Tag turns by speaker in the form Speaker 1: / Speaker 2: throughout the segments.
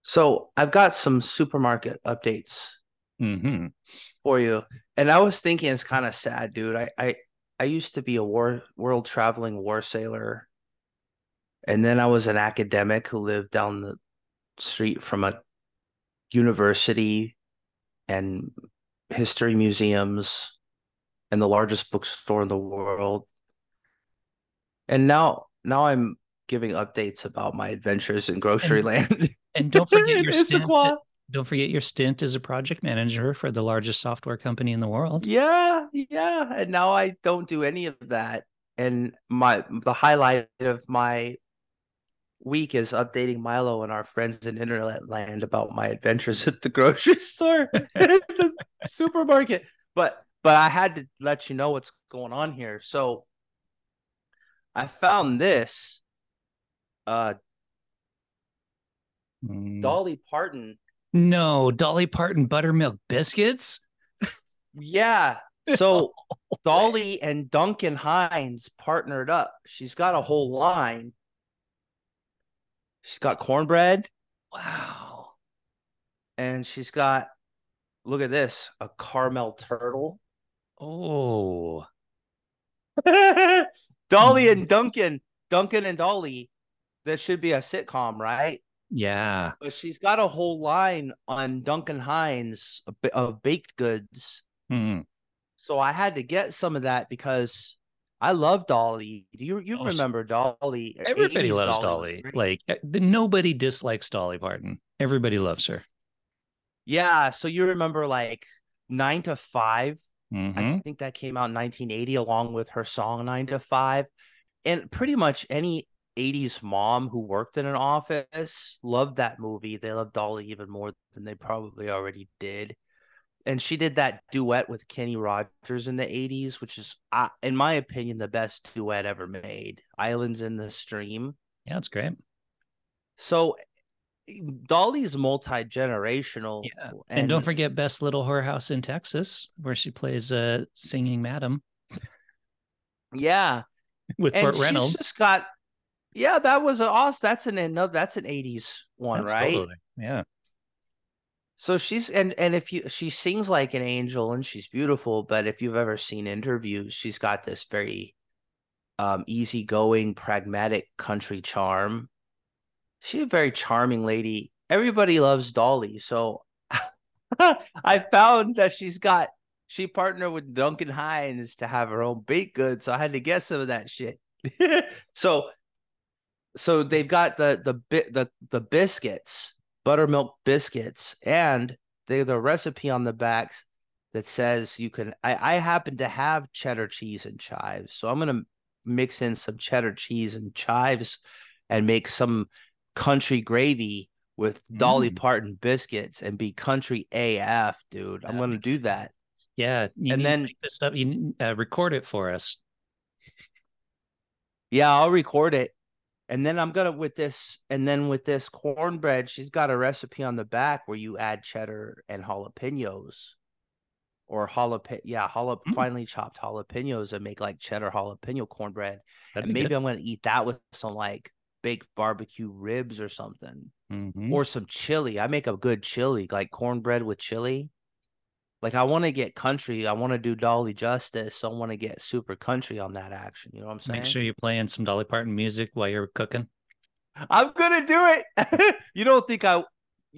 Speaker 1: So I've got some supermarket updates
Speaker 2: Mm-hmm.
Speaker 1: for you. And I was thinking it's kind of sad, dude. I, I I used to be a war world traveling war sailor. And then I was an academic who lived down the street from a university and history museums and the largest bookstore in the world. And now now I'm giving updates about my adventures in grocery land.
Speaker 2: And don't forget your
Speaker 1: It's a
Speaker 2: stint.
Speaker 1: qual-
Speaker 2: Don't forget your stint as a project manager for the largest software company in the world.
Speaker 1: Yeah, yeah. And now I don't do any of that. And my the highlight of my week is updating Milo and our friends in internet land about my adventures at the grocery store and at the supermarket. But but I had to let you know what's going on here. So I found this uh
Speaker 2: Mm.
Speaker 1: Dolly Parton.
Speaker 2: no, Dolly Parton buttermilk biscuits.
Speaker 1: Yeah. So Dolly and Duncan Hines partnered up. She's got a whole line. She's got cornbread
Speaker 2: Wow.
Speaker 1: and she's got, look at this, a caramel turtle.
Speaker 2: Oh,
Speaker 1: Dolly and Duncan, Duncan and Dolly. That should be a sitcom, right?
Speaker 2: yeah.
Speaker 1: But she's got a whole line on Duncan Hines of- of baked goods.
Speaker 2: Hmm.
Speaker 1: Mm-hmm. So I had to get some of that because I love Dolly. Do you you
Speaker 2: Oh, s-
Speaker 1: remember Dolly?
Speaker 2: Everybody
Speaker 1: 80s
Speaker 2: loves
Speaker 1: was
Speaker 2: Dolly.
Speaker 1: great.
Speaker 2: Like uh, the, nobody dislikes Dolly Parton. Everybody loves her.
Speaker 1: yeah. So you remember like Nine to 5
Speaker 2: Mhm.
Speaker 1: I think that came out in 1980, along with her song Nine to Five, and pretty much any. 80s mom who worked in an office loved that movie. They loved Dolly even more than they probably already did. And she did that duet with Kenny Rogers in the 80s, which is, uh, in my opinion, the best duet ever made. Islands in the Stream.
Speaker 2: Yeah, it's great.
Speaker 1: So Dolly's multi generational.
Speaker 2: Yeah. And, don't forget Best Little Whorehouse in Texas, where she plays a singing madam
Speaker 1: yeah,
Speaker 2: with
Speaker 1: and
Speaker 2: Burt
Speaker 1: she's
Speaker 2: Reynolds.
Speaker 1: just got. Yeah, that was an awesome. That's an another. That's an '80s one,
Speaker 2: That's
Speaker 1: right?
Speaker 2: totally- Yeah.
Speaker 1: So she's and and if you she sings like an angel and she's beautiful, but if you've ever seen interviews, she's got this very um easygoing, pragmatic country charm. She's a very charming lady. Everybody loves Dolly, so I found that she's got she partnered with Duncan Hines to have her own baked goods, so I had to get some of that shit. so so they've got the the bit the the biscuits buttermilk biscuits and there's a recipe on the back that says you can I, I happen to have cheddar cheese and chives so i'm going to mix in some cheddar cheese and chives and make some country gravy with dolly
Speaker 2: Mm.
Speaker 1: parton biscuits and be country af dude i'm
Speaker 2: Yeah.
Speaker 1: going to do that
Speaker 2: Yeah. You
Speaker 1: And
Speaker 2: need to
Speaker 1: then-
Speaker 2: make this stuff, you need- uh, record it for us.
Speaker 1: yeah i'll record it and then i'm going to with this and then with this cornbread she's got a recipe on the back where you add cheddar and jalapenos or jalapeno, yeah, jalap-
Speaker 2: Mm.
Speaker 1: finely chopped jalapenos and make like cheddar jalapeno cornbread.
Speaker 2: That'd
Speaker 1: and
Speaker 2: be
Speaker 1: maybe
Speaker 2: good.
Speaker 1: I'm gonna eat that with some like baked barbecue ribs or something,
Speaker 2: Mhm.
Speaker 1: or some chili. I make a good chili, like cornbread with chili. Like I want to get country. I want to do Dolly justice. so I want to get super country on that action. You know what I'm saying?
Speaker 2: Make sure you're playing some Dolly Parton music while you're cooking.
Speaker 1: I'm gonna do it. you don't think I? You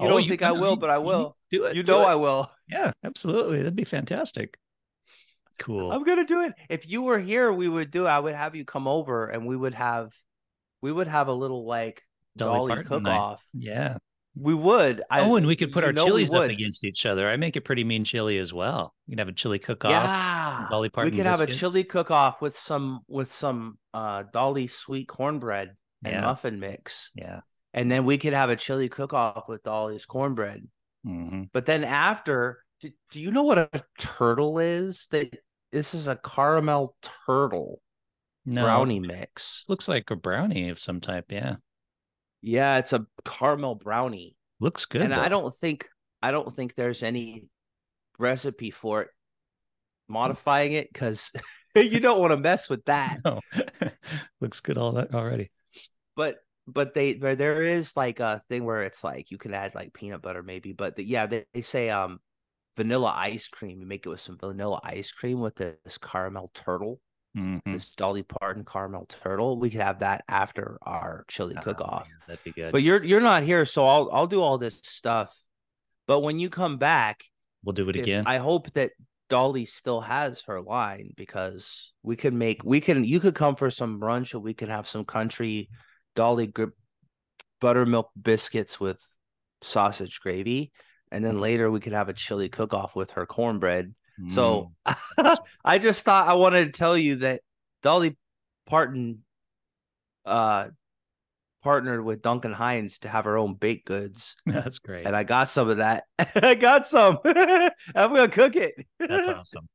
Speaker 2: Oh,
Speaker 1: don't
Speaker 2: you
Speaker 1: think I
Speaker 2: can.
Speaker 1: will, but I
Speaker 2: You
Speaker 1: will.
Speaker 2: Do it.
Speaker 1: You
Speaker 2: do
Speaker 1: know
Speaker 2: it.
Speaker 1: I will.
Speaker 2: Yeah, absolutely. That'd be fantastic. Cool.
Speaker 1: I'm gonna do it. If you were here, we would do. I would have you come over, and we would have, we would have a little like Dolly,
Speaker 2: Parton
Speaker 1: cook
Speaker 2: night.
Speaker 1: off.
Speaker 2: Yeah.
Speaker 1: We would. I
Speaker 2: oh, and we could put
Speaker 1: you
Speaker 2: our
Speaker 1: know we
Speaker 2: chilies up
Speaker 1: would.
Speaker 2: against each other. I make a pretty mean chili as well. You can have a chili cook off.
Speaker 1: Yeah,
Speaker 2: Dolly
Speaker 1: we
Speaker 2: Parton
Speaker 1: could have a
Speaker 2: biscuits.
Speaker 1: chili cook off with some with some uh Dolly sweet cornbread and
Speaker 2: Yeah.
Speaker 1: muffin mix,
Speaker 2: Yeah.
Speaker 1: and then we could have a chili cook off with Dolly's cornbread.
Speaker 2: Mhm.
Speaker 1: But then after, do, do you know what a turtle is? That this is a caramel turtle
Speaker 2: No,
Speaker 1: brownie mix.
Speaker 2: Looks like a brownie of some type. Yeah.
Speaker 1: Yeah, it's a caramel brownie.
Speaker 2: Looks good.
Speaker 1: and I
Speaker 2: though.
Speaker 1: don't think I don't think there's any recipe for it modifying it because you don't want to mess with that.
Speaker 2: No. Looks good all that already.
Speaker 1: But but they there there is like a thing where it's like you can add like peanut butter maybe, but the, yeah, they, they say um vanilla ice cream. You make it with some vanilla ice cream with this caramel turtle,
Speaker 2: Hmm. Mm-hmm.
Speaker 3: Mhm.
Speaker 1: this Dolly Parton caramel turtle. We could have that after our chili
Speaker 2: Oh,
Speaker 3: Ah,
Speaker 1: cook off.
Speaker 3: man, That'd be good.
Speaker 1: But you're you're not here, so I'll I'll do all this stuff. But when you come back,
Speaker 3: we'll do it
Speaker 1: if-
Speaker 3: again.
Speaker 1: I hope that Dolly still has her line because we can make we can you could come for some brunch and we can have some country Dolly gr- buttermilk biscuits with sausage gravy, and then later we could have a chili cook off with her cornbread. So
Speaker 3: Mm.
Speaker 1: I just thought I wanted to tell you that Dolly Parton uh partnered with Duncan Hines to have her own baked goods
Speaker 3: Mm, that's great.
Speaker 1: and I got some of that. I got some. I'm gonna cook it.
Speaker 3: That's awesome.